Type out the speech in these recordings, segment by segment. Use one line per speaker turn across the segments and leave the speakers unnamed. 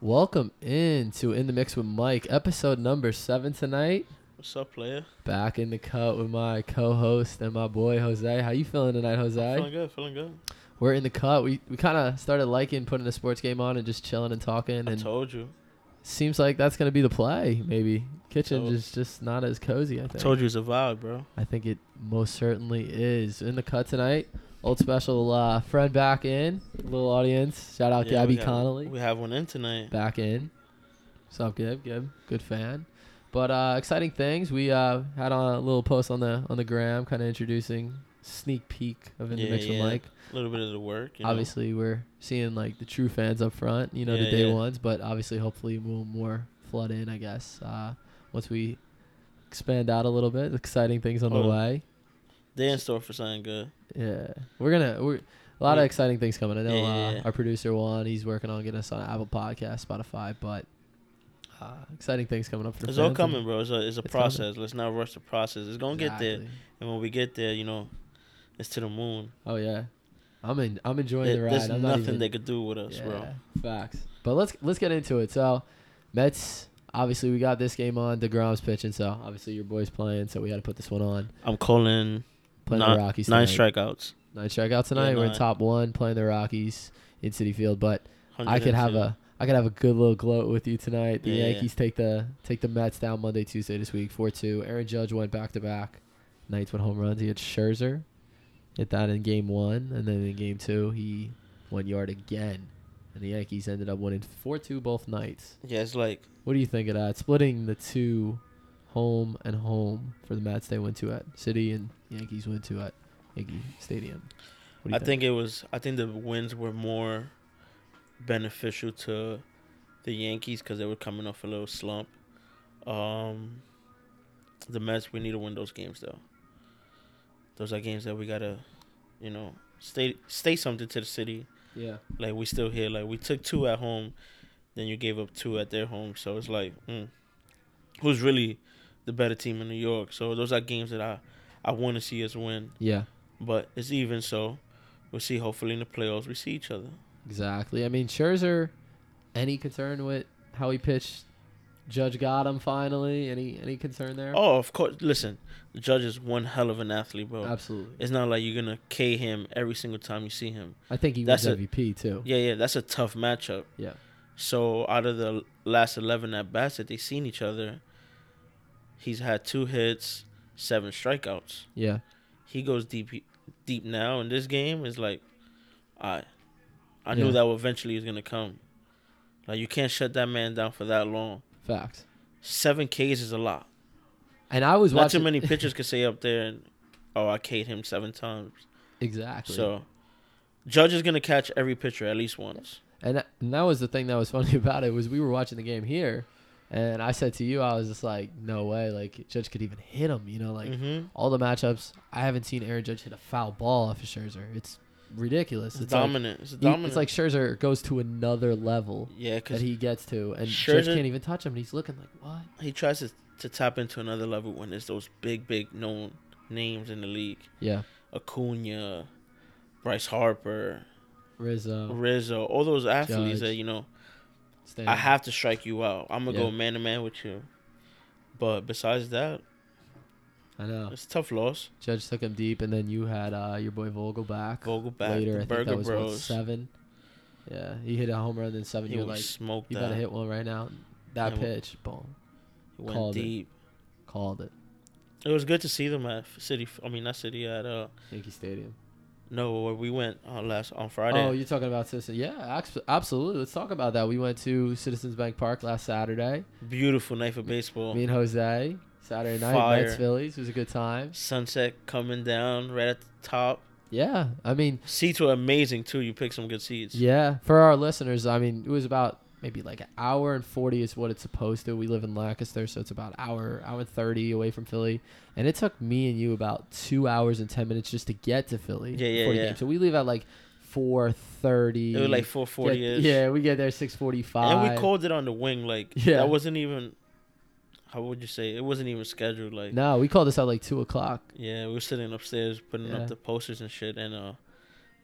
Welcome in to In the Mix with Mike, episode number seven tonight.
What's up, player?
Back in the cut with my co-host and my boy Jose. How you feeling tonight,
Feeling
Jose?
good, feeling good.
We're in the cut. We we kind of started liking putting the sports game on and just chilling and talking,
I
and
told you.
seems like that's gonna be the play. Maybe kitchen
Told-
is just not as cozy. I
I
think.
told you it's a vibe, bro.
I think it most certainly is in the cut tonight. Old special uh, friend back in, little audience. Shout out
Yeah,
Gabby
we got-
Connolly.
We have one in tonight.
back in. So Gib, Gib, good fan. But uh, exciting things. We uh, had on a little post on the on the gram, kind of introducing sneak peek of in the
Yeah,
mix with
yeah.
Mike.
A little bit of the work. You know?
Obviously, we're seeing like the true fans up front, you know, the
Yeah,
day
yeah.
ones. But obviously, hopefully, we'll more flood in. I guess uh, once we expand out a little bit, exciting things on the
Oh.
way.
They in store for something good.
Yeah, we're gonna we're a lot of
We-
exciting things coming. I know
Yeah, yeah,
uh,
yeah.
our producer Juan, he's working on getting us on Apple Podcast, Spotify, but uh, exciting things coming up for the
It's all
fans and-
coming, bro. It's a, it's a
It's coming.
process. Let's not rush the process. It's gonna get there,
Exactly.
and when we get there, you know, it's to the moon.
Oh yeah, I'm in. I'm enjoying
There-
the ride.
there's
I'm not
nothing
even,
they could do with us, bro.
Facts. But let's let's get into it. So, Mets. Obviously, we got this game on. Degrom's pitching, so obviously your boy's playing. So we got to put this one on.
I'm calling
Playing
Nine-
the Rockies.
nine
tonight.
strikeouts.
Nine strikeout tonight. We're in
nine.
top one, playing the Rockies in City Field. But I
110.
could have a I could have a good little gloat with you tonight. The
Yeah, yeah, yeah.
Yankees take the take the Mets down Monday, Tuesday this week, four two. Aaron Judge went back to back. Knights went home runs. He had Scherzer. Hit that in game one, and then in game two he went yard again. And the Yankees ended up winning four two both nights.
Yeah, it's like
What do you think of that? Splitting the two home and home for the Mets. They went two at City and Yankees went two at Yankee Stadium. What do you
I think it was. I think the wins were more beneficial to the Yankees because they were coming off a little slump. Um, the Mets, we need to win those games though. Those are games that we gotta, you know, stay stay something to the city.
Yeah.
Like we still here. Like we took two at home, then you gave up two at their home. So it's like, mm, who's really the better team in New York? So those are games that I I want to see us win.
Yeah.
But it's even so. We'll see. Hopefully in the playoffs we see each other.
Exactly. I mean, Scherzer, any concern with how he pitched? Judge got him finally. Any any concern there?
Oh, of course. Listen, the judge is one hell of an athlete, bro.
absolutely.
It's not like you're gonna K him every single time you see him.
I think he was
that's a-
MVP too.
Yeah, yeah, that's a tough matchup.
Yeah.
So out of the last eleven at bats that they seen each other, he's had two hits, seven strikeouts.
Yeah.
He goes deep, deep now in this game. Is like, I, I
Yeah.
knew that eventually was gonna come. Like you can't shut that man down for that long.
Facts.
Seven Ks is a lot.
And I was
Not
watching
too many pitchers could say up there, and, oh, I K'd him seven times.
exactly.
So, Judge is going to catch every pitcher at least once.
And that, and that was the thing that was funny about it was we were watching the game here, and I said to you, I was just like, no way, like Judge could even hit him. You know, like
Mhm.
all the matchups, I haven't seen Aaron Judge hit a foul ball off of Scherzer. It's ridiculous.
It's,
It's like,
dominant. it's
he-
dominant.
it's like Scherzer goes to another level.
yeah, because
that
he,
he gets to, and Judge
Scherzer-
can't even touch him, and he's looking like, "What?"
tries to, to tap into another level when there's those big, big known names in the league
Yeah,
Acuna, Bryce Harper,
Rizzo.
Rizzo, all those athletes
Oh. Judge.
that, you know,
Stanton.
I have to strike you out. I'm going to
Yeah.
go man to man with you. But besides that,
I know.
it's a tough loss.
Judge took him deep, and then you had uh, your boy Vogel back.
Vogel back,
later.
the
I think
Burger
that was what,
Bros.
seven. Yeah, he hit a home run in seven.
He
You're
would
like,
smoke
"You
that.
better hit one right now." That
Yeah, well-
pitch, boom,
He went
called it.
deep.
called it.
It. was good to see them at City. I mean, not City at uh
Yankee Stadium.
no where we went uh, last on Friday.
Oh, you're talking about Citizen? Yeah, abs- absolutely. Let's talk about that. We went to Citizens Bank Park last Saturday.
Beautiful night for baseball.
Me and Jose Saturday night,
Fire.
Mets Phillies. It was a good time.
Sunset coming down right at the top.
Yeah, I mean,
Seats were amazing too. You picked some good seats.
Yeah, for our listeners, I mean, it was about maybe like an hour and 40 is what it's supposed to. We live in Lancaster, so it's about hour, hour and 30 away from Philly. And it took me and you about two hours and 10 minutes just to get to Philly.
Yeah, yeah,
before the
yeah.
game. So we leave at like 4.30.
It was like 440
Get-
ish.
Yeah, we get there 6.45.
And we called it on the wing. Like
Yeah.
that wasn't even. How would you say? It wasn't even scheduled. Like
No, we called this out like 2 o'clock.
yeah, we were sitting upstairs putting
Yeah.
up the posters and shit. And uh,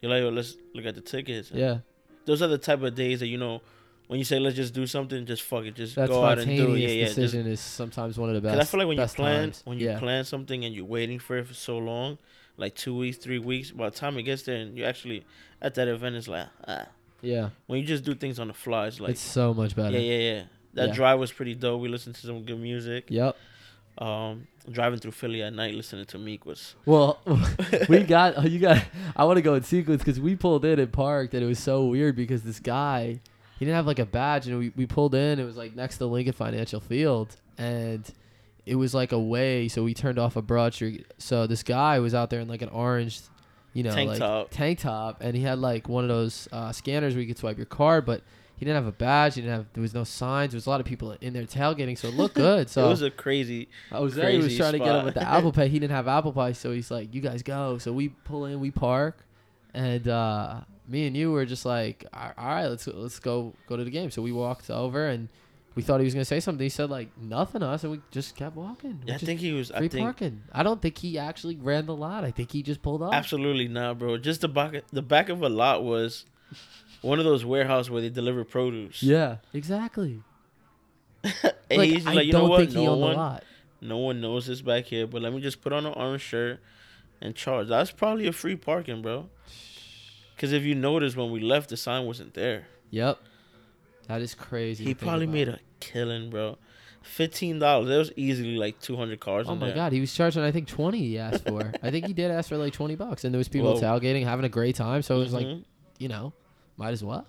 you're like, Yo, let's look at the tickets.
Yeah,
Those are the type of days that you know when you say let's just do something, just fuck it, just
That
go out and do it.
spontaneous
Yeah, yeah. Just,
decision is sometimes one of the
Cause
best.
I feel like when you
best
plan
times.
when you
yeah.
plan something and you're waiting for it for so long, like two weeks, three weeks, by the time it gets there and you actually at that event, it's like ah.
yeah,
When you just do things on the fly, it's like
it's so much better.
yeah, yeah, yeah. That
Yeah.
drive was pretty dope. We listened to some good music.
Yep.
Um, driving through Philly at night, listening to Meek was
Well, we got oh, you got. I want to go in sequence because we pulled in and parked, and it was so weird because this guy, he didn't have like a badge, and we, we pulled in. It was like next to Lincoln Financial Field, and it was like a way. So we turned off a Broad Street. So this guy was out there in like an orange, you know,
Tank
like
top.
tank top, and he had like one of those uh, scanners where you could swipe your card, but. He didn't have a badge. He didn't have. There was no signs. There was a lot of people in there tailgating, so it looked good. So
it was a crazy.
Jose was
Crazy
trying to get him
spot.
with the Apple Pay. He didn't have Apple Pay, so he's like, "You guys go." So we pull in, we park, and uh, me and you were just like, "All all right, let's let's go go to the game." So we walked over, and we thought he was gonna say something. He said like nothing to us, and we just kept walking. We
Yeah, I
just-
think he was.
free
I think
parking. I don't think he actually ran the lot. I think he just pulled off.
Absolutely not, bro. Just the back, the back of a lot was one of those warehouse where they deliver produce.
Yeah, exactly.
and
like,
he's just
I
like, you know
don't
what?
think he
No
owned the
one,
lot.
no one knows this back here, but let me just put on an orange shirt and charge. That's probably a free parking, bro. Because if you notice, when we left, the sign wasn't there.
Yep, that is crazy.
He
to think
probably
about.
made a killing, bro. Fifteen dollars. There was easily like two hundred cars.
Oh
in
my
there.
god, he was charging. I think twenty. He asked for. I think he did ask for like twenty bucks, and there was people
Whoa.
tailgating, having a great time. So it was like,
Mhm.
you know, might as well.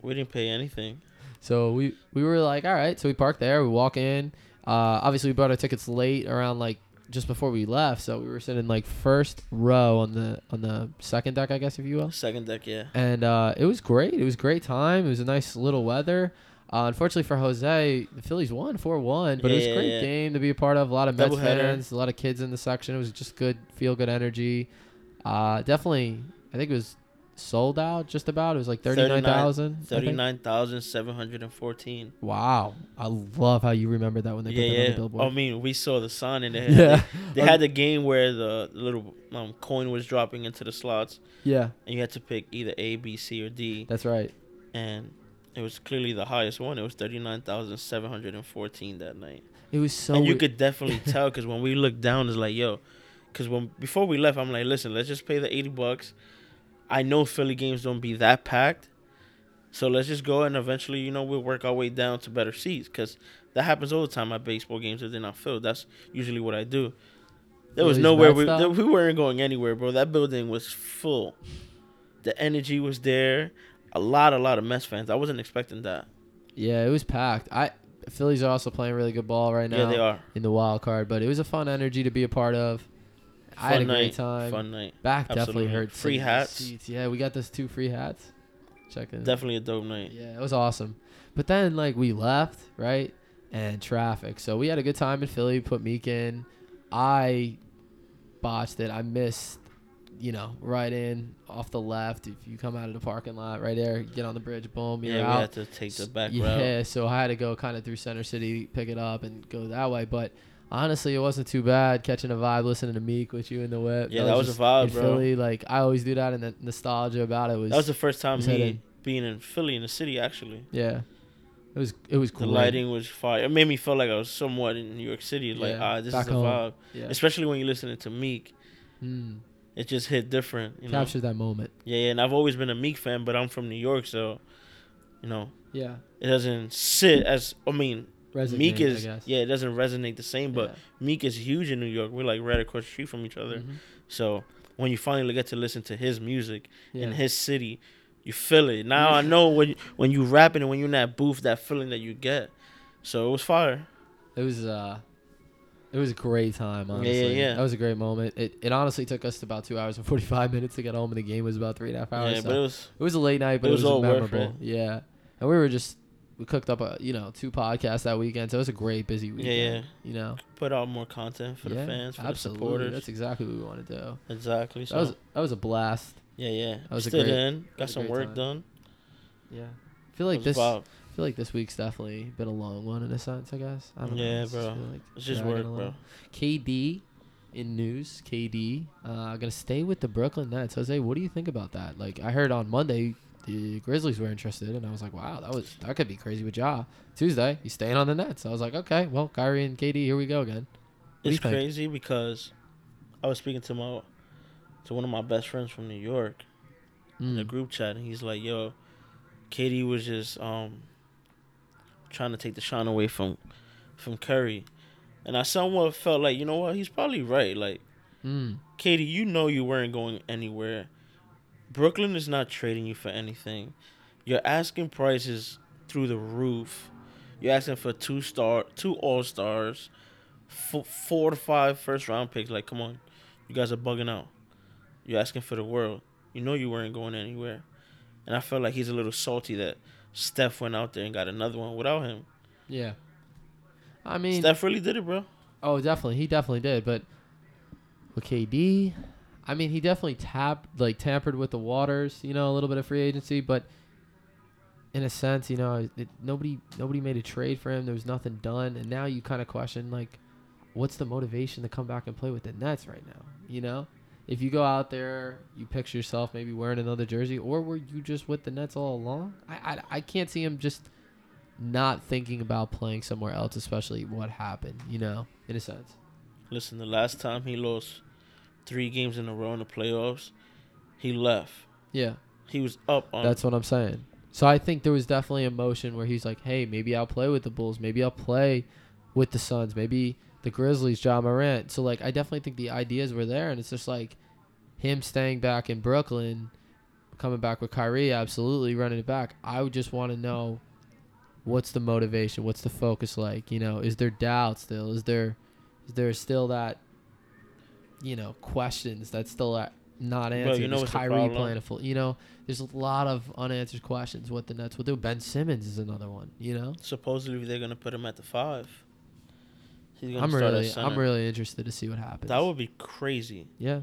we didn't pay anything.
So we we were like, all right. So we parked there. We walk in. Uh, obviously, we bought our tickets late, around like just before we left. So we were sitting like first row on the on the second deck, I guess, if you will.
Second deck, yeah.
And uh, it was great. It was a great time. It was a nice little weather. Uh, unfortunately for Jose, the Phillies won 4 1, but it was a
Yeah,
great
yeah.
game to be a part of. A lot of Mets
Doubleheader.
fans, a lot of kids in the section. It was just good, feel good energy. Uh, definitely, I think it was sold out just about. It was like 39,000. I think.
Thirty-nine thousand seven hundred and fourteen.
Wow. I love how you remember that when they put that on the
Yeah, yeah.
billboard.
I mean, we saw the sign in there.
yeah.
They had the game where the little um, coin was dropping into the slots,
yeah,
and you had to pick either A, B, C, or D,
that's right.
and it was clearly the highest one. It was thirty nine thousand seven hundred and fourteen that night,
It was so
and you
we-
could definitely tell because when we looked down, it's like, yo, because when before we left, I'm like, listen, let's just pay the eighty bucks. I know Philly games don't be that packed, so let's just go and eventually, you know, we'll work our way down to better seats because that happens all the time at baseball games if they're not filled. That's usually what I do. There was
Phillies
nowhere
Mets
we
style?
we weren't going anywhere, bro. That building was full. The energy was there. A lot, a lot of Mets fans. I wasn't expecting that.
Yeah, it was packed. I Phillies are also playing really good ball right now.
Yeah, they are.
in the wild card, but it was a fun energy to be a part of. I had a
Fun
great
night.
time.
Fun night.
Back
Absolutely.
definitely hurt.
Free
sitting in the
hats.
seats. Yeah, we got those two free hats. Check it.
Definitely a dope night.
Yeah, it was awesome. But then like we left right and traffic, so we had a good time in Philly. Put Meek in. I botched it. I missed. You know, right in off the left. If you come out of the parking lot, right there, get on the bridge. Boom,
Yeah,
you're
we
out.
had to take the back
Yeah,
route.
so I had to go kind of through Center City, pick it up, and go that way. But honestly, it wasn't too bad catching a vibe, listening to Meek with you in the whip.
Yeah, that was a
just-
vibe,
in
bro.
Philly, like I always do that, and the nostalgia about it was.
That was the first time
was
me
hitting.
being in Philly in the city. Actually,
yeah, it was it was
the
great.
lighting was fire. It made me feel like I was somewhat in New York City. Like
Yeah,
ah, this
back
is a
home.
vibe.
yeah.
Especially when you're listening to Meek,
Mm,
it just hit different. You know?
captured that moment.
Yeah, yeah. And I've always been a Meek fan, but I'm from New York, so you know
Yeah,
it doesn't sit as. I mean,
Resonate,
Meek
I
is
guess.
yeah, it doesn't resonate the same, but Meek is huge in New York. We're like right across the street from each
yeah.
other.
Mhm.
So when you finally get to listen to his music, in
Yeah.
his city. You feel it. Now I know when when you rapping and when you're in that booth, that feeling that you get. So it was fire.
It was uh it was a great time,
Yeah, yeah,
honestly.
yeah.
That was a great moment. It, it honestly took us about two hours and forty five minutes to get home and the game was about three and a half hours.
yeah,
so
but it was
It was a late night, but
It
it
was
was,
all worth
memorable. Yeah, and we were just we cooked up a you know two podcasts that weekend, so it was a great busy weekend.
yeah.
You know,
put out more content for the
Yeah,
fans, for
absolutely.
the supporters.
That's exactly what we want to do.
exactly. So
That was that was a blast.
yeah, yeah.
that was a
Stood
great-
in,
was
got
a
some
great
work
time.
done.
Yeah, I feel like
It was
this.
wild.
I feel like this week's definitely been a long one in a sense. I guess. I don't
Yeah,
know. It's just
bro.
feel like
It's just
dragging
work,
along.
bro.
KD in news. KD uh, gonna stay with the Brooklyn Nets. Jose, what do you think about that? Like I heard on Monday the Grizzlies were interested, and I was like, wow, that was that could be crazy with Ja. Tuesday, he's staying on the Nets. I was like, okay, well, Kyrie and KD, here we go again. do you
It's
think?
crazy because I was speaking to my to one of my best friends from New York in a
Mm.
group chat, and he's like, "Yo, KD was just um trying to take the shine away from from Curry," and I somewhat felt like, you know what, he's probably right. Like,
Mm.
Katie, you know you weren't going anywhere. Brooklyn is not trading you for anything. Your asking price is through the roof. You're asking for two star, two all stars, f- four to five first round picks. Like, come on, you guys are bugging out. You're asking for the world. You know you weren't going anywhere. And I felt like he's a little salty that Steph went out there and got another one without him.
Yeah. I mean,
Steph really did it, bro.
Oh, definitely. He definitely did. But with KD, I mean, he definitely tapped, like, tampered with the waters, you know, a little bit of free agency. But in a sense, you know, it, nobody nobody made a trade for him. There was nothing done. And now you kind of question, like, what's the motivation to come back and play with the Nets right now? You know? If you go out there, you picture yourself maybe wearing another jersey, or were you just with the Nets all along? I, I, I can't see him just not thinking about playing somewhere else, especially what happened, you know, in a sense.
Listen, the last time he lost three games in a row in the playoffs, he left.
Yeah,
He was up on
that's what I'm saying. So I think there was definitely a motion where he's like, hey, maybe I'll play with the Bulls. Maybe I'll play with the Suns. Maybe the Grizzlies, John Morant. So, like, I definitely think the ideas were there. And it's just like him staying back in Brooklyn, coming back with Kyrie, absolutely running it back. I would just want to know what's the motivation? What's the focus like? You know, is there doubt still? Is there, is there still that, you know, questions that's still at, not
Bro, you
answered?
know
Is
what's the
Kyrie
problem?
playing a full? You know, there's a lot of unanswered questions what the Nets will do. Ben Simmons is another one, you know?
supposedly they're gonna put him at the five. He's
I'm
start at
really
center.
I'm really interested to see what happens.
that would be crazy.
yeah.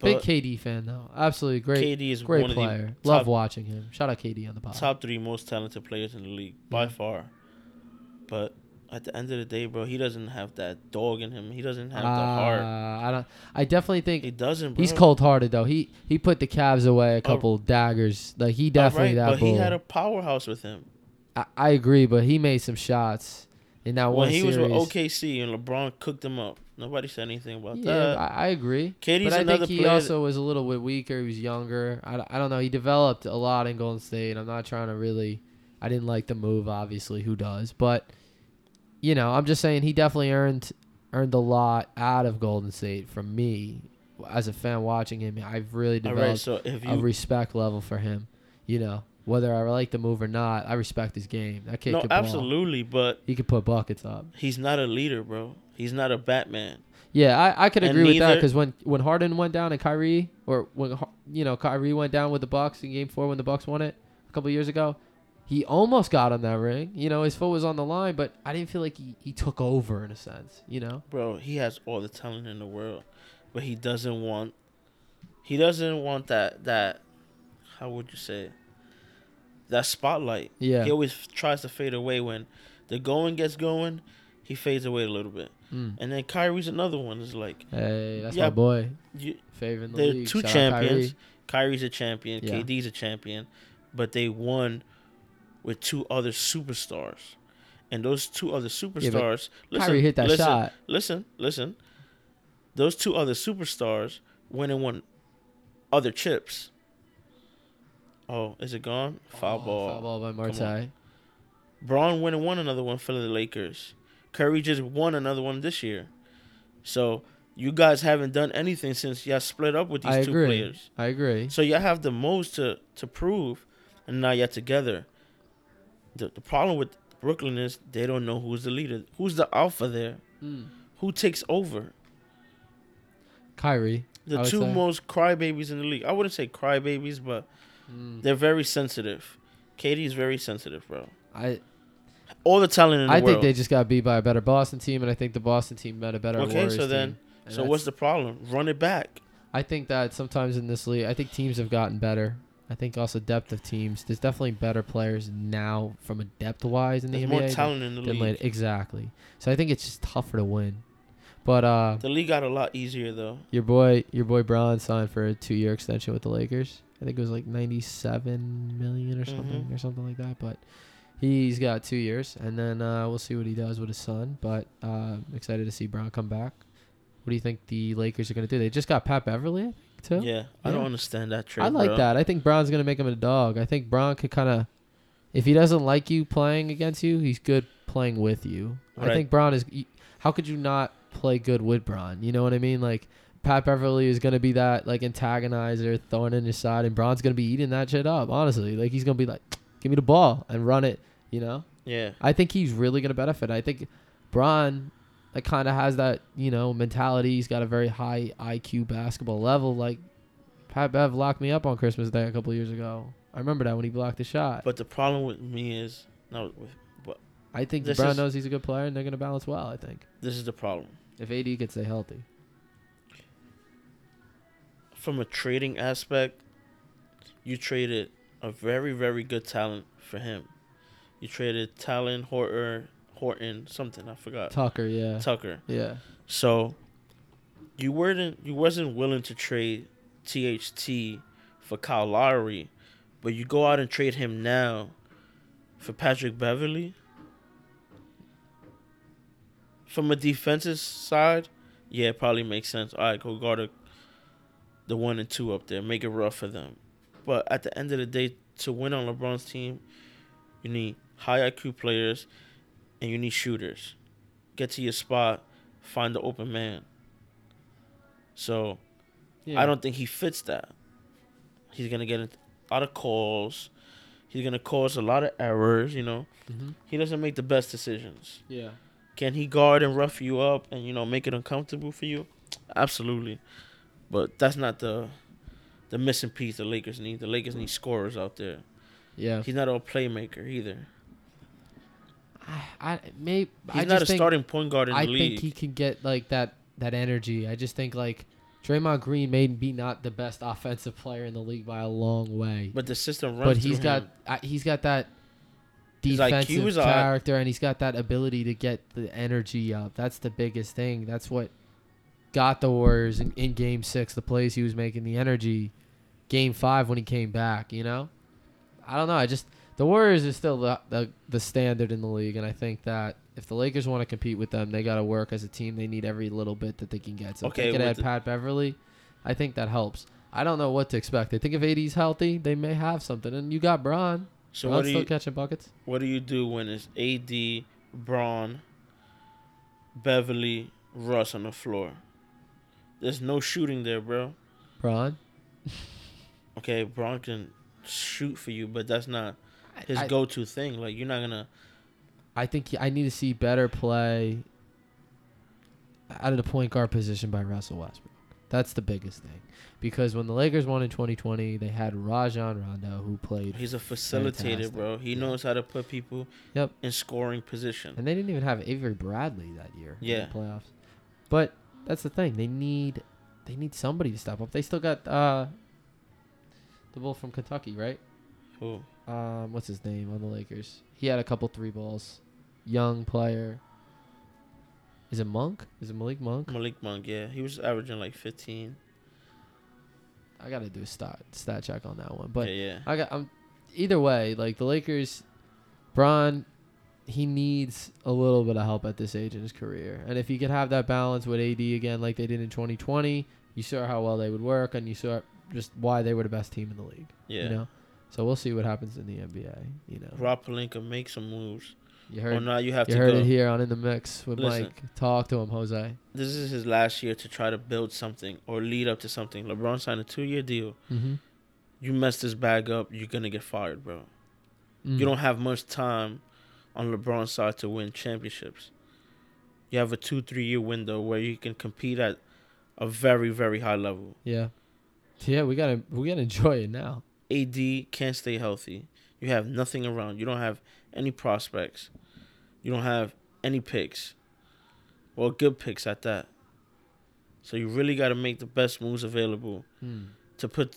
Big
But
KD fan though. Absolutely great
KD is
great
one
player.
of the
Love
top,
watching him. Shout out KD on the pod.
top three most talented players in the league by
Yeah.
far. But at the end of the day, bro, he doesn't have that dog in him. He doesn't have the
Uh,
heart.
I don't I definitely think
He doesn't. Bro.
he's cold-hearted though. He he put the Cavs away a
All-
couple daggers. Like he definitely
Alright,
that
But
bull.
he had a powerhouse with him
I, I agree, but he made some shots in that one
when he
series.
was with OKC and LeBron cooked him up. Nobody said anything about
Yeah,
that.
I, I agree.
KD's
but I
another
think he
player that-
also was a little bit weaker. He was younger. I, d- I don't know. He developed a lot in Golden State. I'm not trying to really. I didn't like the move, obviously. Who does? But you know, I'm just saying he definitely earned earned a lot out of Golden State from me as a fan watching him. I've really
All
developed
right, so if you
a respect level for him. You know, whether I like the move or not, I respect his game. That kid
no,
could ball.
absolutely, but
He could put buckets up.
he's not a leader, bro. He's not a Batman.
Yeah, I, I could
And
agree with that
neither-
because when when Harden went down and Kyrie, or when Har- you know Kyrie went down with the Bucks in Game Four when the Bucks won it a couple years ago, he almost got on that ring. You know, his foot was on the line, but I didn't feel like he, he took over in a sense. You know,
bro he has all the talent in the world but he doesn't want he doesn't want that that how would you say it? that spotlight
yeah,
he always f- tries to fade away when the going gets going he fades away a little bit
Mm.
and then Kyrie's another one is like
hey, that's
Yeah,
my boy,
you,
favoring the
they're
league.
two
Shout out
champions
Kyrie.
Kyrie's a champion
Yeah.
KD's a champion but they won with two other superstars and those two other superstars listen,
Kyrie hit that
listen,
shot.
listen, listen. Those two other superstars went and won other chips. Oh, is it gone? Foul
Oh,
ball.
Foul ball by
on.
Martai.
Braun went and won another one for the Lakers. Curry just won another one this year. So you guys haven't done anything since y'all split up with these
I
two
agree.
players.
I agree.
So y'all have the most to, to prove, and now y'all together. The, the problem with Brooklyn is they don't know who's the leader, who's the alpha there,
Mm.
who takes over.
Kyrie. I
the
would
two
say.
most crybabies in the league. I wouldn't say crybabies, but
Mm.
they're very sensitive. Katie's very sensitive, bro.
I
All the talent in the
I
world.
think they just got beat by a better Boston team, and I think the Boston team met a better
Okay,
Warriors
so then-
team. And
so
that's-
what's the problem? Run it back.
I think that sometimes in this league, I think teams have gotten better. I think also depth of teams. There's definitely better players now from a depth wise in the
There's
NBA
more
than-
talent in the
than
league.
later. Exactly. So I think it's just tougher to win. But uh,
The league got a lot easier though.
your boy, your boy Braun signed for a two year extension with the Lakers, I think it was like 97 million or something
Mhm.
or something like that. But he's got two years, and then uh, we'll see what he does with his son. But uh, excited to see Brown come back. What do you think the Lakers are gonna do? They just got Pat Beverly too.
Yeah, I
Yeah.
don't understand that trade.
I like
bro.
that. I think Brown's gonna make him a dog. I think Brown could kind of, if he doesn't like you playing against you, he's good playing with you. I
Right.
think Brown is. y- How could you not play good with Brown? You know what I mean? Like Pat Beverly is gonna be that like antagonizer, throwing in his side, and Brown's gonna be eating that shit up. Honestly, like he's gonna be like, give me the ball and run it. You know.
Yeah,
I think he's really going to benefit. I think Braun like kind of has that, you know, mentality. He's got a very high IQ basketball level. Like Pat Bev locked me up on Christmas Day a couple years ago. I remember that when he blocked the shot. But
but the problem with me is no. With, but
I think
this
Brown
is-
knows he's a good player and they're going to balance well, I think.
this is the problem
If AD could stay healthy.
from a trading aspect. You traded a very very good talent for him. You traded Talon Horton Horton something I forgot
Tucker, yeah.
Tucker.
yeah.
So you weren't you wasn't willing to trade THT for Kyle Lowry, but you go out and trade him now for Patrick Beverly. From a defensive side, yeah, it probably makes sense. All right, go guard a, the one and two up there, make it rough for them. But at the end of the day, to win on LeBron's team, you need high IQ players and you need shooters. Get to your spot, find the open man. So
yeah.
I don't think he fits that. He's gonna get a lot of calls. He's gonna cause a lot of errors. You know,
hmm
he doesn't make the best decisions.
Yeah.
Can he guard and rough you up and you know make it uncomfortable for you? Absolutely, but that's not the the missing piece the Lakers need. The Lakers need scorers out there.
Yeah.
He's not a playmaker either.
I I maybe
He's
I
not a
just think
starting point guard in the
I
league.
think he can get like that that energy. I just think like Draymond Green may be not the best offensive player in the league by a long way, but,
but the system runs.
but he's
through him.
got uh, he's got that
His IQ
defensive
is high.
character and he's got that ability to get the energy up. That's the biggest thing. That's what got the Warriors in, in Game Six. The plays he was making, the energy. Game Five when he came back, you know. I don't know. I just the Warriors is still the, the the standard in the league, and I think that if the Lakers want to compete with them, they got to work as a team. They need every little bit that they can get. So
Okay,
if they could
with
add
the-
Pat Beverly, I think that helps. I don't know what to expect. I think if AD's healthy, they may have something. And you got Braun.
So
Braun's
what do
still
you
catching buckets.
What do you do when it's AD, Braun, Beverly, Russ on the floor? There's no shooting there, bro.
Braun.
Okay, Braun can shoot for you, but that's not his
I,
go-to thing. Like you're not gonna.
I think he- I need to see better play out of the point guard position by Russell Westbrook. That's the biggest thing. Because when the Lakers won in 2020, they had Rajon Rondo who played
He's a facilitator,
Fantastic.
bro. He
Yeah.
knows how to put people
Yep.
in scoring position.
And they didn't even have Avery Bradley that year.
Yeah.
In the playoffs. But that's the thing. They need they need somebody to step up. They still got uh the bull from Kentucky, right?
Who?
Um, what's his name on the Lakers? He had a couple three balls. Young player. Is it Monk? Is it Malik Monk?
Malik Monk. Yeah, he was averaging like 15.
I gotta do a stat stat check on that one. But
yeah, yeah.
I got I'm either way, like the Lakers, Bron, he needs a little bit of help at this age in his career. And if he could have that balance with AD again, like they did in 2020, you saw how well they would work, and you saw just why they were the best team in the league.
yeah.
You know, so we'll see what happens in the NBA. You know,
Rob Palinka make some moves.
you
Or
heard
now you have
you
to
heard
go.
it here on In the Mix with
Listen.
Mike. Talk to him, Jose.
This is his last year to try to build something or lead up to something. LeBron signed a two-year deal.
Mm-hmm.
you mess this bag up, you're gonna get fired, bro.
Mm,
You don't have much time on LeBron's side to win championships. You have a two, three year window where you can compete at a very, very high level.
Yeah, yeah. We gotta we gotta enjoy it now.
AD can't stay healthy. You have nothing around. You don't have any prospects. You don't have any picks. Well, good picks at that. So you really got to make the best moves available
Mm.
to put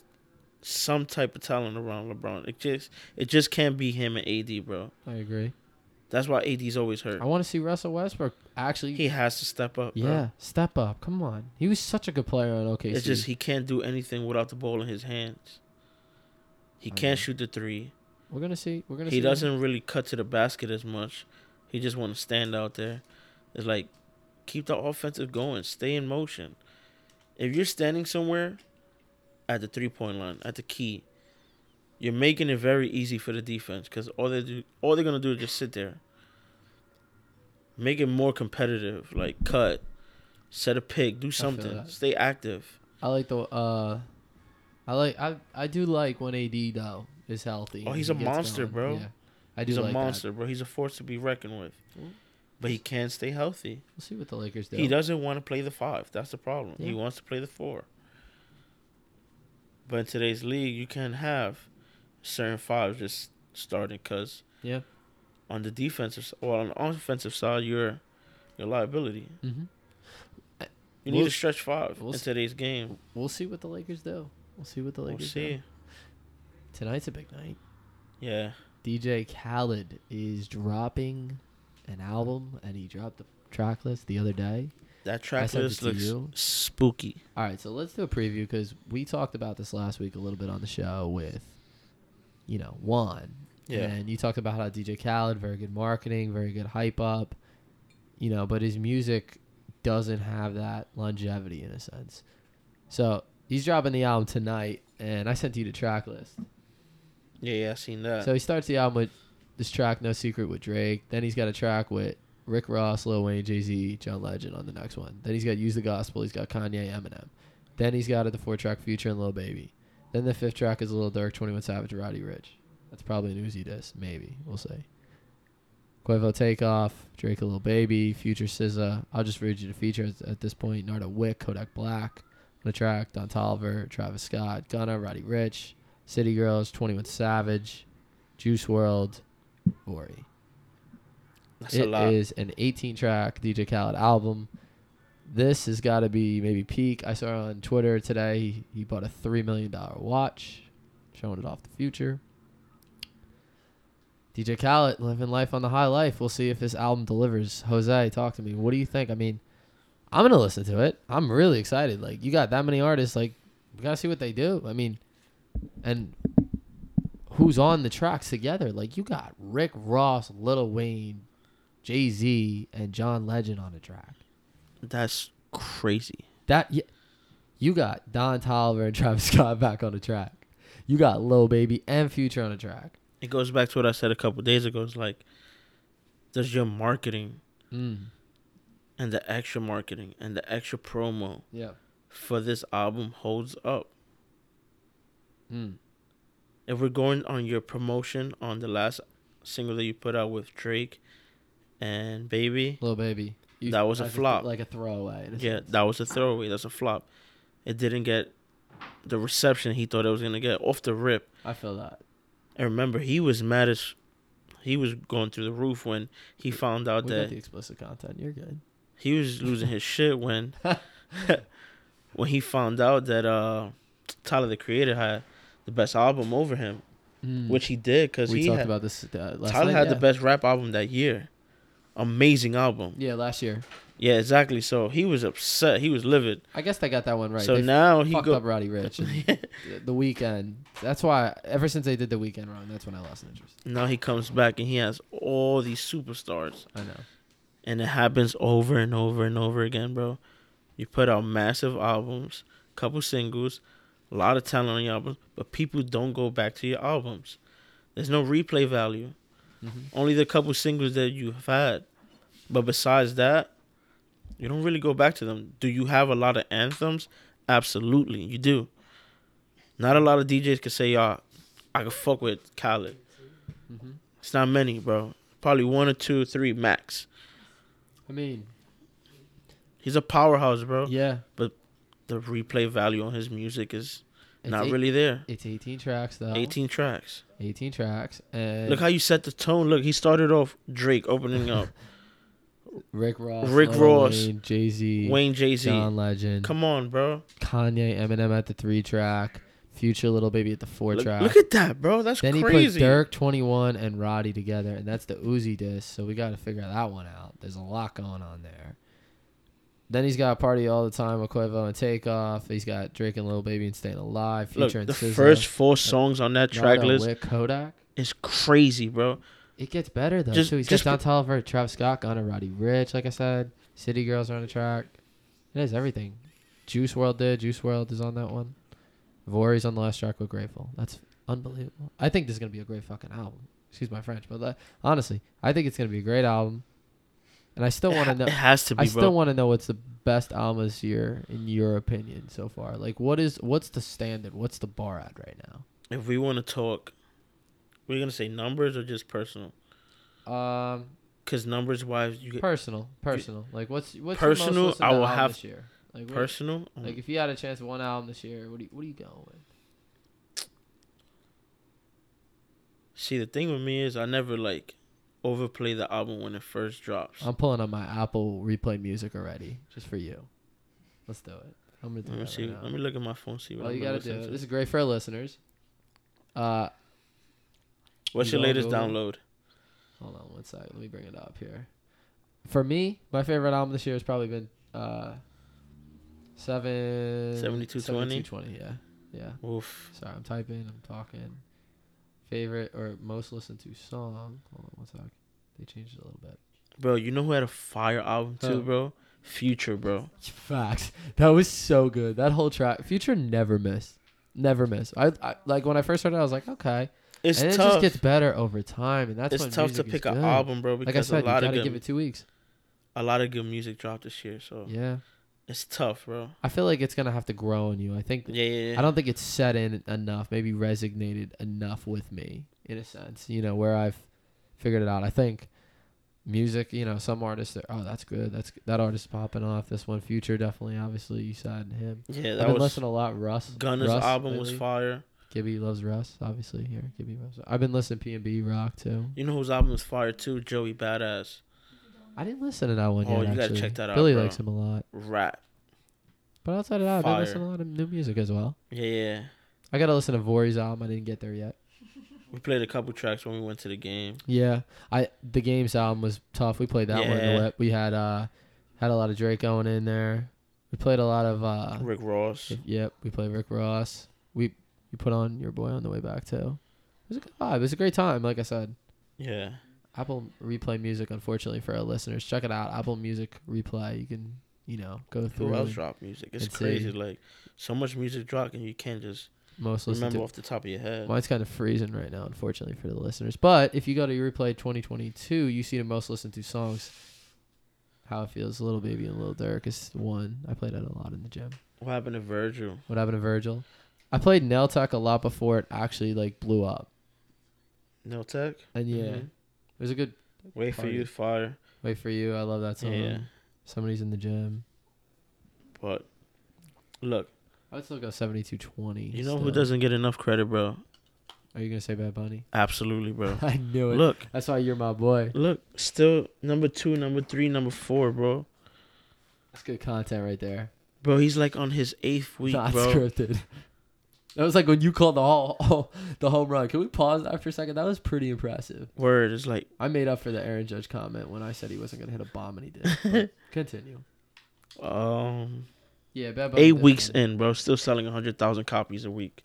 some type of talent around LeBron. It just it just can't be him and AD, bro.
I agree.
That's why AD's always hurt.
I want to see Russell Westbrook actually
He has to step up. Bro.
Yeah, step up. Come on. He was such a good player on OKC.
It's just he can't do anything without the ball in his hands. He
I
can't
know.
shoot the three.
We're gonna see. We're gonna.
He
see what-
doesn't really cut to the basket as much. He just want to stand out there. It's like keep the offensive going. Stay in motion. If you're standing somewhere at the three point line, at the key, you're making it very easy for the defense because all they do, all they're gonna do is just sit there. Make it more competitive. Like cut, set a pick, do something.
that.
Stay active.
I like the. uh I like. I I do like when AD though is healthy.
Oh,
and
he's
he
a
gets
monster,
going.
bro.
Yeah, I do
He's a
like that.
monster, bro. He's a force to be reckoned with.
Mm.
But he can't stay healthy.
We'll see what the Lakers do.
He doesn't want to play the five. That's the problem.
Yeah.
He wants to play the four. But in today's league, you can't have certain fives just starting because
Yeah.
on the defensive s- well on the offensive side, you're your liability.
hmm
You
We'll
need a
s-
stretch 5
we'll
in
s-
today's game.
We'll see what the Lakers do. We'll see what the
We'll
Lakers do.
see.
Tonight's a big night.
Yeah,
DJ Khaled is dropping an album, and he dropped the track list the other day.
that track
sent it
list
to
looks
you.
spooky.
All right, so let's do a preview because we talked about this last week a little bit on the show with, you know, Juan.
Yeah.
And you talked about how DJ Khaled, very good marketing, very good hype up, you know, but his music doesn't have that longevity in a sense. So he's dropping the album tonight, and I sent you the track list.
Yeah, yeah, I seen that.
So he starts the album with this track, No Secret, with Drake. Then he's got a track with Rick Ross, Lil Wayne, Jay Z, John Legend on the next one. Then he's got Use the Gospel. He's got Kanye, Eminem. Then he's got the four track Future and Lil Baby. Then the fifth track is Lil Durk, 21 Savage, Roddy Rich. That's probably an Uzi diss. Maybe. We'll see. Quavo Takeoff, Drake a Lil Baby, Future SZA. I'll just read you the features at this point. Narda Wick, Kodak Black on the track, Don Tolliver, Travis Scott, Gunna, Roddy Rich, City Girls, 21 Savage, Juice World, Ori.
That's
It
a lot.
is an 18 track DJ Khaled album. This has got to be maybe peak. I saw on Twitter today he, he bought a $3 million watch, showing it off the future. DJ Khaled living life on the high life. We'll see if this album delivers. Jose, talk to me. What do you think? I mean, I'm going to listen to it. I'm really excited. Like, you got that many artists. Like, we got to see what they do. I mean, and who's on the tracks together. Like you got Rick Ross, Little Wayne, Jay Z, and John Legend on the track.
That's crazy.
That y- you got Don Tolliver and Travis Scott back on the track. You got Lil Baby and Future on the track.
It goes back to what I said a couple days ago. It's like, does your marketing
Mm.
and the extra marketing and the extra promo
Yeah.
for this album holds up.
Mm.
If we're going on your promotion on the last single that you put out with Drake and Baby,
Lil Baby. You-
That was a
as th-
flop.
like a throwaway. in a
yeah,
sense.
that was a throwaway. That's a flop. It didn't get the reception he thought it was gonna get off the rip.
I feel that.
And remember, he was mad as he was going through the roof when he found out
we got
that
the explicit content. You're good.
he was losing his shit when when he found out that uh Tyler the Creator had the best album over him,
Mm.
which he did because
we
he
talked
had,
about this uh, last
Tyler
night,
had
yeah.
the best rap album that year. Amazing album.
Yeah, last year.
Yeah, exactly. So he was upset. He was livid.
I guess they got that one right.
So
They
now he
fucked
go.
up Roddy Rich. and the- the weekend. That's why ever since they did the weekend wrong, that's when I lost interest.
now he comes back and he has all these superstars,
I know.
and it happens over and over and over again, bro. You put out massive albums, couple singles, a lot of talent on your albums, but people don't go back to your albums. There's no replay value. Only the couple singles that you have had. But besides that, you don't really go back to them. Do you have a lot of anthems? Absolutely, you do. Not a lot of DJs can say, "Ah, I can fuck with Khaled."
Mm-hmm.
It's not many, bro. Probably one or two, three max.
I mean,
He's a powerhouse, bro.
yeah,
The replay value on his music is
it's
not
eight-
really there.
It's 18 tracks though. 18,
18 tracks.
tracks, and
Look how you set the tone. Look, he started off Drake opening up,
Rick Ross,
Rick
Lil
Ross,
Wayne, Jay Z,
Wayne, Jay Z.
John Legend,
Come on, bro.
Kanye, Eminem at the three track, Future, Little Baby at the four
Look,
track.
look at that, bro. That's
then he put
crazy.
Dirk, 21, and Roddy together, and that's the Uzi disc. So we got to figure that one out. There's a lot going on there. Then he's got Party All the Time with Quavo and Takeoff. He's got Drake and Lil Baby and Staying Alive. Future
Look,
and
the
SZA.
first four songs on that
Lana
track list
Wick, Kodak.
is crazy, bro.
It gets better though.
Just-
too. He's
just-
got Don Toliver, Travis Scott, Gunna, Roddy Rich. Like I said, City Girls are on the track. It has everything. Juice World did. Juice World is on that one. Vori's on the last track with Grateful. That's unbelievable. I think this is gonna be a great fucking album. Excuse my French, but uh, honestly, I think it's gonna be a great album. And I still
It
want
ha-
to know.
It has to be,
I
bro.
still want to know what's the best album this year in your opinion so far. Like, what is what's the standard? What's the bar at right now?
if we want to talk, we're gonna say numbers or just personal?
Um,
Because numbers wise, you get
personal, personal. Like, what's what's
Personal,
Your most listened
I
to
will
album
have
this year. Like, what-
personal. um,
like if you had a chance of one album this year, what are you, what are you going with?
see, the thing with me is I never like overplay the album when it first drops.
I'm pulling on my Apple Replay Music already, just for you. Let's do it. I'm gonna do
let me
that
see.
right now.
Let me look at my phone. See what
uh, All
I'm
you gotta do.
listening to.
This is great for our listeners. Uh,
What's
You wanna
your latest
go
download?
Hold on one sec. Let me bring it up here. For me, my favorite album this year has probably been uh, seven
7220?
7220, Yeah, yeah.
Oof.
Sorry, I'm typing. I'm talking. Favorite or most listened to song? Hold on one sec. They changed it a little bit.
Bro, you know who had a fire album too,
Who?
bro? Future, bro.
Facts. That was so good. That whole track. Future never missed. Never miss. I, I like when I first heard it, I was like, okay.
It's
and it
tough.
just gets better over time, and that's
it's
when
tough to
music is
pick an
good.
album, bro,
Like I
because
said,
a
you
lot
gotta
of good,
give it two weeks.
a lot of good music dropped this year, so
Yeah.
it's tough, bro.
I feel like it's gonna have to grow on you. I think
Yeah, yeah, yeah.
I don't think it's set in enough, maybe resonated enough with me in a sense, you know, where I've figured it out. I think music, you know, some artists are, oh, that's good. That's that artist is popping off. This one, Future, definitely, obviously, you said him.
yeah,
I've
that
been
was
listening a lot. Russ,
Gunna's
Russ
album was
lately.
fire.
Gibby loves Russ, obviously. Here, Gibby loves. I've been listening P and B Rock too.
You know whose album was fire too? Joey Badass.
I didn't listen to that one yet.
Oh, you gotta
actually.
check that out,
Billy
bro.
likes him a lot,
Rap.
but outside of that, I've
Fire.
been listening to a lot of new music as well.
Yeah, yeah.
I gotta listen to Vori's album. I didn't get there yet.
We played a couple tracks when we went to the game.
Yeah, I the games album was tough. We played that one in
Yeah.
the whip. We had uh had a lot of Drake going in there. We played a lot of uh
Rick Ross.
yep. We played Rick Ross. We you put on your boy on the way back too. It was a good vibe. It was a great time. Like I said,
Yeah.
Apple Replay Music. Unfortunately for our listeners, check it out. Apple Music Replay. You can you know go through
Who else
and
dropped music? It's
and see.
crazy. Like so much music dropped, and you can't just
most listen
remember
to.
off the top of your head.
Mine's kind of freezing right now, unfortunately for the listeners. But if you go to your Replay 2022, you see the most listened to songs. How it feels, Little Baby and Little Dirk is one. I played that a lot in the gym.
What happened to Virgil?
What happened to Virgil? I played Nail Tech a lot before it actually like blew up.
No tech.
And yeah,
Mhm.
it was a good
Wait for
Party.
you, fire.
wait for you. I love that song.
Yeah.
Somebody's in the gym.
But look,
I would still go 7220.
you know who
still.
doesn't get enough credit, bro?
Are you going to say Bad Bunny?
Absolutely, bro.
I knew it.
look,
That's why you're my boy.
look. Still number two, number three, number four, bro.
That's good content right there.
Bro, he's like on his eighth week,
not
bro.
scripted. That was like when you called the whole the home run. Can we pause that for a second? That was pretty impressive.
Word is like
I made up for the Aaron Judge comment when I said he wasn't gonna hit a bomb and he did. But continue.
um
Yeah, Bad Bunny
eight
did
weeks
that.
in, bro. Still selling hundred thousand copies a week.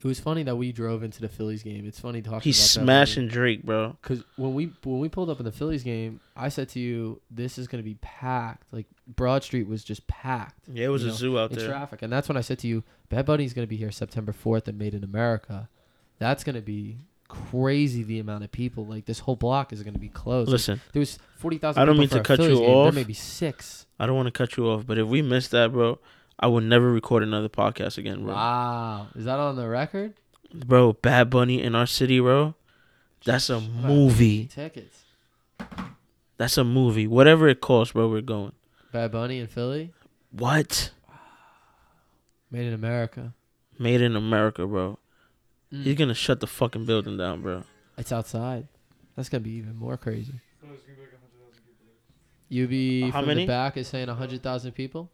It was funny that we drove into the Phillies game. It's funny talking.
He's
about Bad Bunny.
smashing Drake, bro.
Cause when we when we pulled up in the Phillies game, I said to you, "This is gonna be packed." Like Broad Street was just packed.
Yeah, it was
you
a
know,
zoo out
in
there.
traffic. And that's when I said to you, Bad Bunny's going to be here September 4th and Made in America. That's going to be crazy the amount of people. Like, this whole block is going to be closed.
Listen,
there was 40,000
I don't
people
mean
for
to
a
cut
Phillies
you
game.
off.
There may be six.
I don't want to cut you off, but if we miss that, bro, I will never record another podcast again, bro.
Wow. Is that on the record?
Bro, Bad Bunny in our city, bro. That's a
Jeez, I'm gonna have to get
movie.
Tickets.
That's a movie. Whatever it costs, bro, we're going.
Bad Bunny in Philly.
What?
Made in America.
Made in America, bro.
Mm.
He's gonna shut the fucking building down, bro.
It's outside. That's going to be even more crazy. UB
How
from
many?
the back is saying 100,000 people.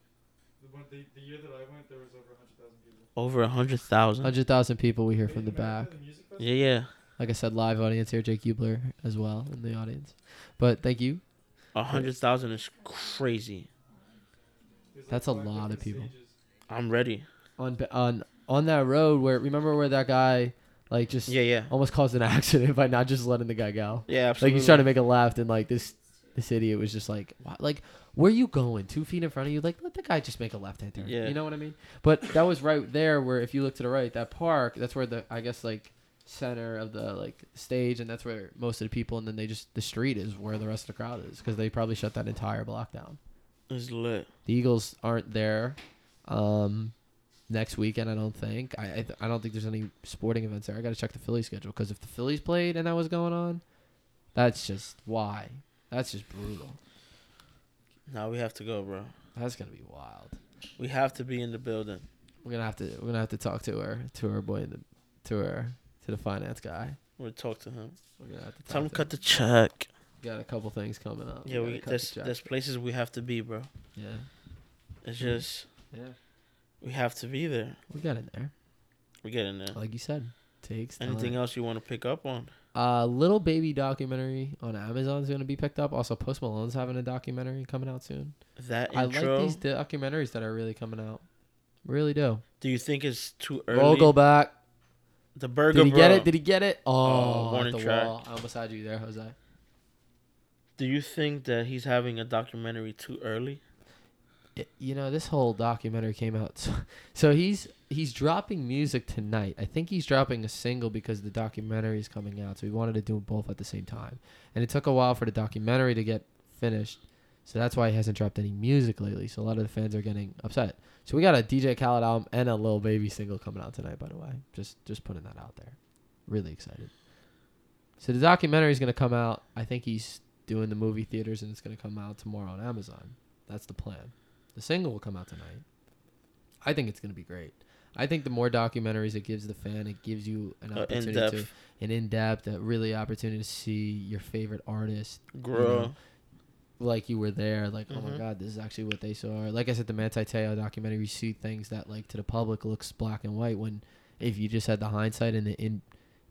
Over a hundred thousand.
100,000 people we hear from the back.
Yeah, yeah.
like I said, live audience here, Jake Hubler as well in the audience. But thank you.
A hundred thousand is crazy.
That's a lot of people.
I'm ready.
on Ba- on on that road where remember where that guy like just
Yeah, yeah,
almost caused an accident by not just letting the guy go.
yeah. Absolutely.
Like he's trying to make a left and like this this idiot was just like "Wha- like where you going two feet in front of you like let the guy just make a left hand turn.
Yeah.
You know what I mean? But that was right there where if you look to the right that park that's where the I guess like center of the like stage and that's where most of the people and then they just the street is where the rest of the crowd is because they probably shut that entire block down.
It's lit.
The Eagles aren't there um, next weekend. I don't think. I I, th- I don't think there's any sporting events there. I got to check the Phillies schedule because if the Phillies played and that was going on, that's just why. That's just brutal.
Now we have to go, bro.
That's gonna be wild.
We have to be in the building.
We're gonna have to. We're gonna have to talk to her, to her boy, in the, to her, to the finance guy.
We'll talk to him.
We're gonna have to. Talk
Tell him
to
cut the check.
Got a couple things coming up.
Yeah,
gotta
we
cut the
there's
check.
there's places we have to be, bro.
yeah,
It's just
yeah.
we have to be there.
We got in there,
We're getting there.
like you said. Takes time.
Anything else you want to pick up on?
Uh, little baby documentary on Amazon is going to be picked up. Also, Post Malone's having a documentary coming out soon.
That
I like
intro.
these documentaries that are really coming out. Really do.
Do you think it's too early?
Vogel back.
The burger,
Did he
bro.
get it? Did he get it? Oh,
Oh,
at
warning
the
track.
wall. I almost had you there, Jose.
Do you think that he's having a documentary too early?
Y- You know, this whole documentary came out. So, so he's he's dropping music tonight. I think he's dropping a single because the documentary is coming out. So we wanted to do both at the same time, and it took a while for the documentary to get finished. So that's why he hasn't dropped any music lately. So a lot of the fans are getting upset. So we got a DJ Khaled album and a Lil Baby single coming out tonight. By the way, just just putting that out there. Really excited. So the documentary is gonna come out. I think he's doing the movie theaters, and it's gonna come out tomorrow on Amazon. That's the plan. The single will come out tonight. I think it's gonna be great. I think the more documentaries it gives the fan, it gives you an
Uh,
opportunity
in depth,
to an in depth, a really opportunity to see your favorite artist
grow.
know, like you were there, like oh my
Mhm.
god, this is actually what they saw. Or, Like I said, the Manti Te'o documentary, you see things that like to the public looks black and white when if you just had the hindsight and the in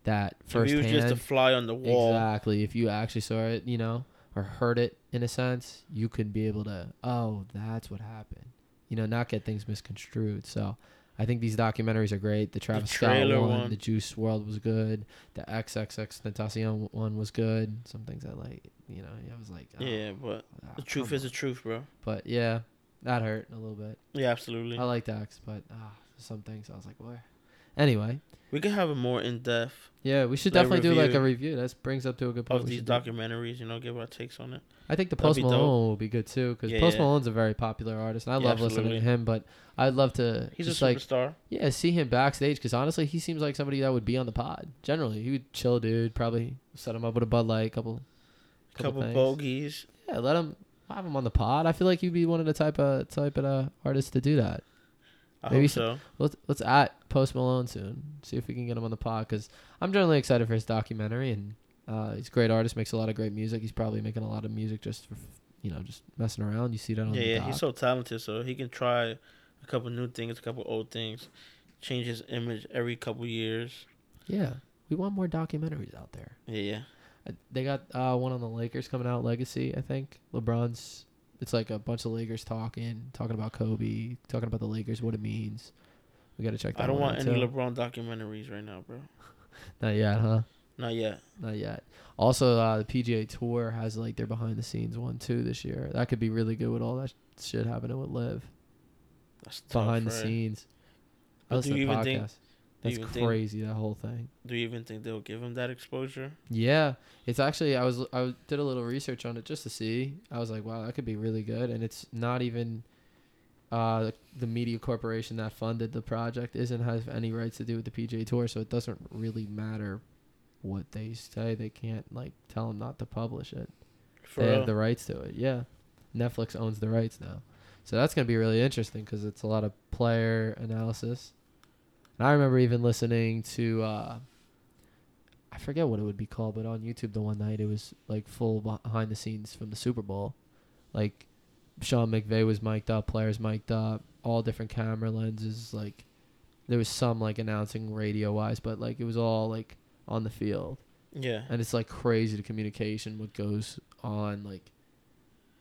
that
if
first
he was just a
hand,
fly on the wall.
exactly. If you actually saw it, you know, or heard it in a sense, you could be able to oh that's what happened, you know, not get things misconstrued. So. I think these documentaries are great. The Travis Scott
trailer
one,
one.
the Juice World was good. The XXX Tentacion one was good. Some things I like, you know, I was like, oh,
Yeah, but
Ah,
the truth
come
is the
on.
truth, bro.
But yeah, that hurt a little bit.
Yeah, absolutely.
I like Dax, but ah, some things I was like, where? Anyway,
we can have a more in depth
yeah, we should
Like
definitely do like a
review
review. That brings up to a good point.
of
We
these
should do-
documentaries. You know, give our takes on it.
I think the
that'd
Post
be
Malone
dope.
will be good too, because
Yeah,
Post
yeah.
Malone's a very popular artist, and I
Yeah,
love listening to
absolutely.
him. But I'd love to
He's
just
a
like
superstar.
yeah, see him backstage, because honestly, he seems like somebody that would be on the pod. Generally, he would chill, dude. Probably set him up with a Bud Light, couple,
A couple
things.
bogeys.
Yeah, let him have him on the pod. I feel like you'd be one of the type of type of uh, artists to do that.
I
Maybe
hope so.
Let's let's at Post Malone soon. See if we can get him on the pod because I'm generally excited for his documentary and uh, he's a great artist. Makes a lot of great music. He's probably making a lot of music just for you know just messing around. You see that on
Yeah,
the
yeah.
doc.
He's so talented, so he can try a couple new things, a couple old things, change his image every couple years.
yeah. We want more documentaries out there.
Yeah, yeah.
Uh, They got uh, one on the Lakers coming out, Legacy. I think LeBron's. It's like a bunch of Lakers talking, talking about Kobe, talking about the Lakers, what it means. We got to check that.
I don't
one
want
out,
any
too.
LeBron documentaries right now, bro.
Not yet, huh?
Not yet.
Not yet. Also, uh, the PGA Tour has like their behind the scenes one too this year. That could be really good with all that sh- shit happening with Live
That's tough,
behind the
right?
scenes.
Oh, But
I listen
do
to
you even think-
podcasts. That's
you even think-
crazy. That whole thing.
Do you even think they'll give him that exposure?
Yeah, it's actually I was I did a little research on it just to see. I was like, wow, that could be really good. And it's not even uh, the, the media corporation that funded the project isn't have any rights to do with the PGA Tour, so it doesn't really matter what they say. They can't like tell them not to publish it.
For
they
real?
have the rights to it. Yeah, Netflix owns the rights now, so that's gonna be really interesting because it's a lot of player analysis. And I remember even listening to, uh, I forget what it would be called, but on YouTube the one night it was like full behind the scenes from the Super Bowl, like Sean McVay was mic'd up, players mic'd up, all different camera lenses. Like there was some like announcing radio wise, but like it was all like on the field
yeah.
and it's like crazy the communication what goes on like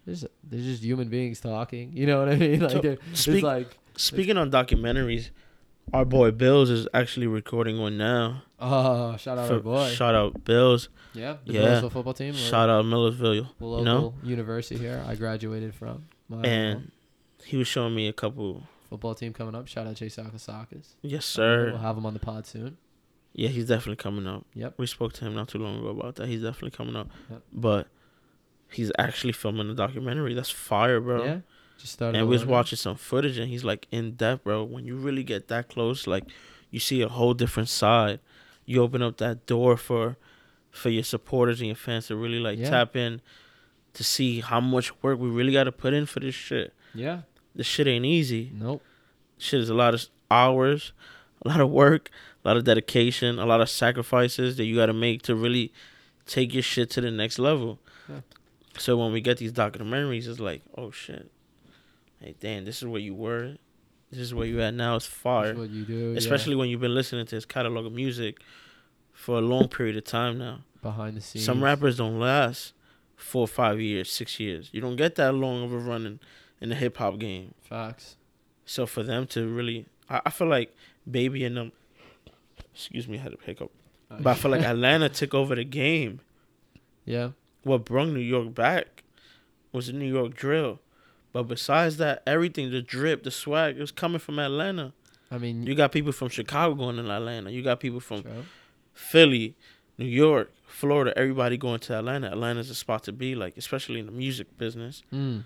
they're just human beings talking. You know what I mean? Like,
So,
they're- it's
speak-
like,
Speaking on documentaries, our boy Bills is actually recording one now.
oh, shout out
For-
our boy.
Shout out Bills.
yeah, the
yeah.
Brownsville football team. or
Shout out Millersville.
the
you
local
know?
university here. I graduated from my
And he was showing me a couple.
football team coming up. Shout out Chase Akasakis.
Yes,
We'll
sir.
have him on the pod soon.
Yeah, he's definitely coming up.
Yep.
We spoke to him not too long ago about that. He's definitely coming up.
Yep.
But he's actually filming a documentary. That's fire, bro.
Yeah. Just started.
and we was
learning.
watching some footage and he's like in depth bro when you really get that close like you see a whole different side you open up that door for for your supporters and your fans to really like
Yeah.
tap in to see how much work we really got to put in for this shit
Yeah.
this shit ain't easy
Nope.
shit is a lot of hours a lot of work a lot of dedication a lot of sacrifices that you got to make to really take your shit to the next level
Yeah.
so when we get these documentaries it's like oh shit hey damn this is where you were this is where you at now it's
That's
fire
what you do. yeah.
especially when you've been listening to his catalog of music for a long period of time now
behind the scenes.
some rappers don't last four five years six years you don't get that long of a run in, in the hip-hop game
facts.
so for them to really, I, I feel like Baby and them. Excuse me, I had a hiccup. But I feel like Atlanta took over the game.
yeah.
What brought New York back was the New York drill. But besides that, everything, the drip, the swag, it was coming from Atlanta.
I mean,
You got people from Chicago going to Atlanta. You got people from
True.
Philly, New York, Florida, everybody going to Atlanta. Atlanta's a spot to be, like, especially in the music business.
Mm.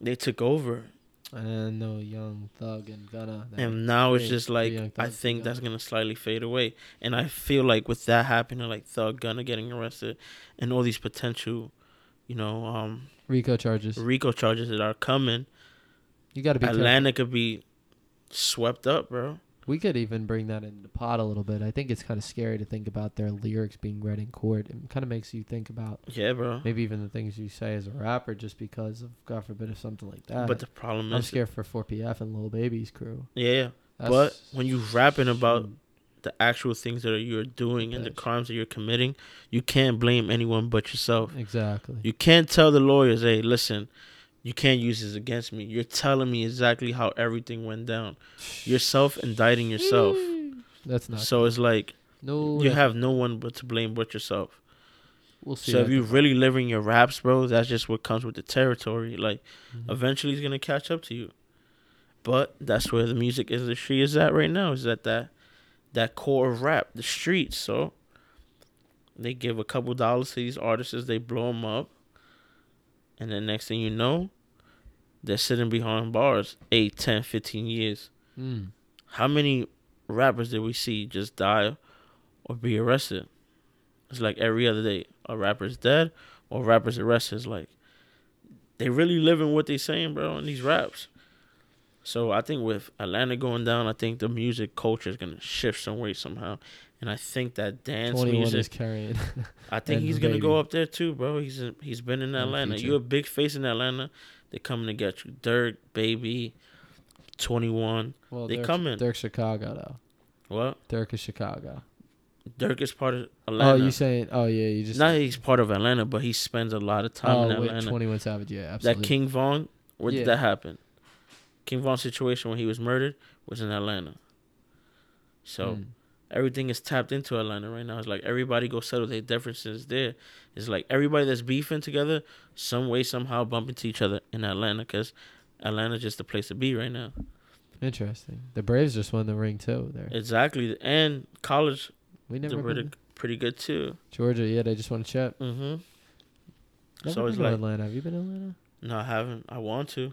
They took over.
And no young thug and gunna. that-
and now it's
Hey,
just
the
like
Young
I
Thugs
think
together.
that's gonna slightly fade away. And I feel like with that happening, like Thug Gunna getting arrested, and all these potential, you know, um,
Rico charges.
RICO charges that are coming,
You got to be careful.
Atlanta could be swept up, bro.
We could even bring that into the pot a little bit. I think it's kind of scary to think about their lyrics being read in court. It kind of makes you think about
Yeah, bro.
maybe even the things you say as a rapper, just because of God forbid if something like that.
But the problem
I'm
is,
scared for 4PF and Lil Baby's crew.
yeah,
That's
But when you rapping about
shoot.
the actual things that you're doing and the
Yes.
crimes that you're committing, you can't blame anyone but yourself.
exactly,
You can't tell the lawyers, hey, listen, you can't use this against me. You're telling me exactly how everything went down. You're self indicting yourself.
that's not
So it's like
no.
you
no.
have no one but to blame but yourself.
we'll see.
So if
that.
you really living your raps, bro, that's just what comes with the territory. Like
Mhm.
eventually it's gonna catch up to you. But that's where the music industry is at right now, is at that that core of rap, the streets. So they give a couple dollars to these artists, they blow them up, and then next thing you know, they're sitting behind bars 8, 10, 15 years
Mm.
how many rappers did we see just die or be arrested? It's like every other day a rapper's dead or rappers arrested. It's like they really living what they saying, bro, in these raps. So I think with Atlanta going down, I think the music culture is gonna shift some way somehow, and I think that dance
21
music,
is carrying.
I think
and
he's
the
gonna go
baby.
up there too, bro. He's in, he's been in
the
Atlanta.
future.
You're a big face in Atlanta. They're coming to get you, Dirk, Baby, Twenty One.
well,
They
Dirk,
coming.
Dirk Chicago though.
What?
Dirk is Chicago.
Dirk is part of Atlanta.
Oh, you saying? Oh yeah, you just
Not that he's part of Atlanta, but he spends a lot of time
oh
in
wait,
Atlanta.
21 Savage. Yeah, absolutely.
that King Vaughn, where
Yeah.
did that happen? King Vaughn's situation when he was murdered was in Atlanta. So
Mm.
everything is tapped into Atlanta right now. It's like everybody go settle their differences there. It's like everybody that's beefing together, some way somehow bump into each other in Atlanta, cause Atlanta's just the place to be right now.
Interesting. The Braves just won the ring too. There,
Exactly, and college
we
they're
never been
pretty, pretty good too.
to Georgia. Yeah, they just won a chip.
hmm
Never
So it's
been to
like-
Atlanta. Have you been to Atlanta?
No, I haven't. I want to.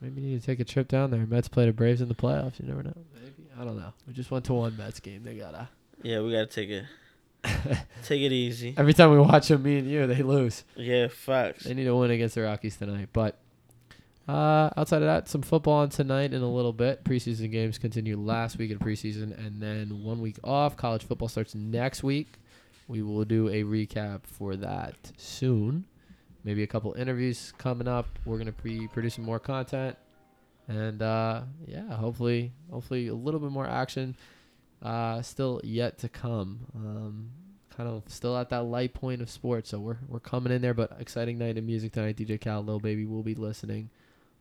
Maybe you need to take a trip down there. Mets play the Braves in the playoffs. You never know. Maybe I don't know. We just went to one Mets game. They gotta.
Yeah, we gotta take it. take it easy.
Every time we watch them, me and you, they lose.
Yeah, facts.
They need to win against the Rockies tonight. But uh, outside of that, some football on tonight in a little bit. Preseason games continue last week in preseason, and then one week off. College football starts next week. We will do a recap for that soon. Maybe a couple interviews coming up. We're gonna be producing more content, and uh, yeah, hopefully, hopefully a little bit more action. Uh, still yet to come. Um, kind of still at that light point of sports. So we're we're coming in there, but exciting night in music tonight. DJ Cal, Lil Baby will be listening.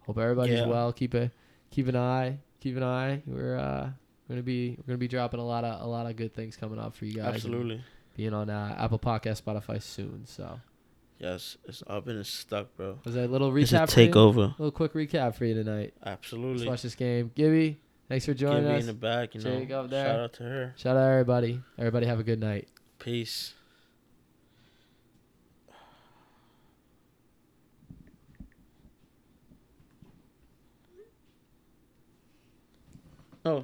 Hope everybody's
Yeah.
well. Keep a keep an eye, keep an eye. We're uh gonna be we're gonna be dropping a lot of a lot of good things coming up for you guys. and
Absolutely.
Being on uh, Apple Podcast, Spotify soon. So
Yes, it's up and it's stuck, bro.
was that a little
It's a
recap? for you?
takeover.
little quick recap for you tonight. Let's
Absolutely.
watch this game. Gibby, thanks for
Give
joining
me in
us.
the back, you
Jake
know.
up there.
Shout out to her.
Shout out everybody. Everybody have a good night.
Peace. Oh.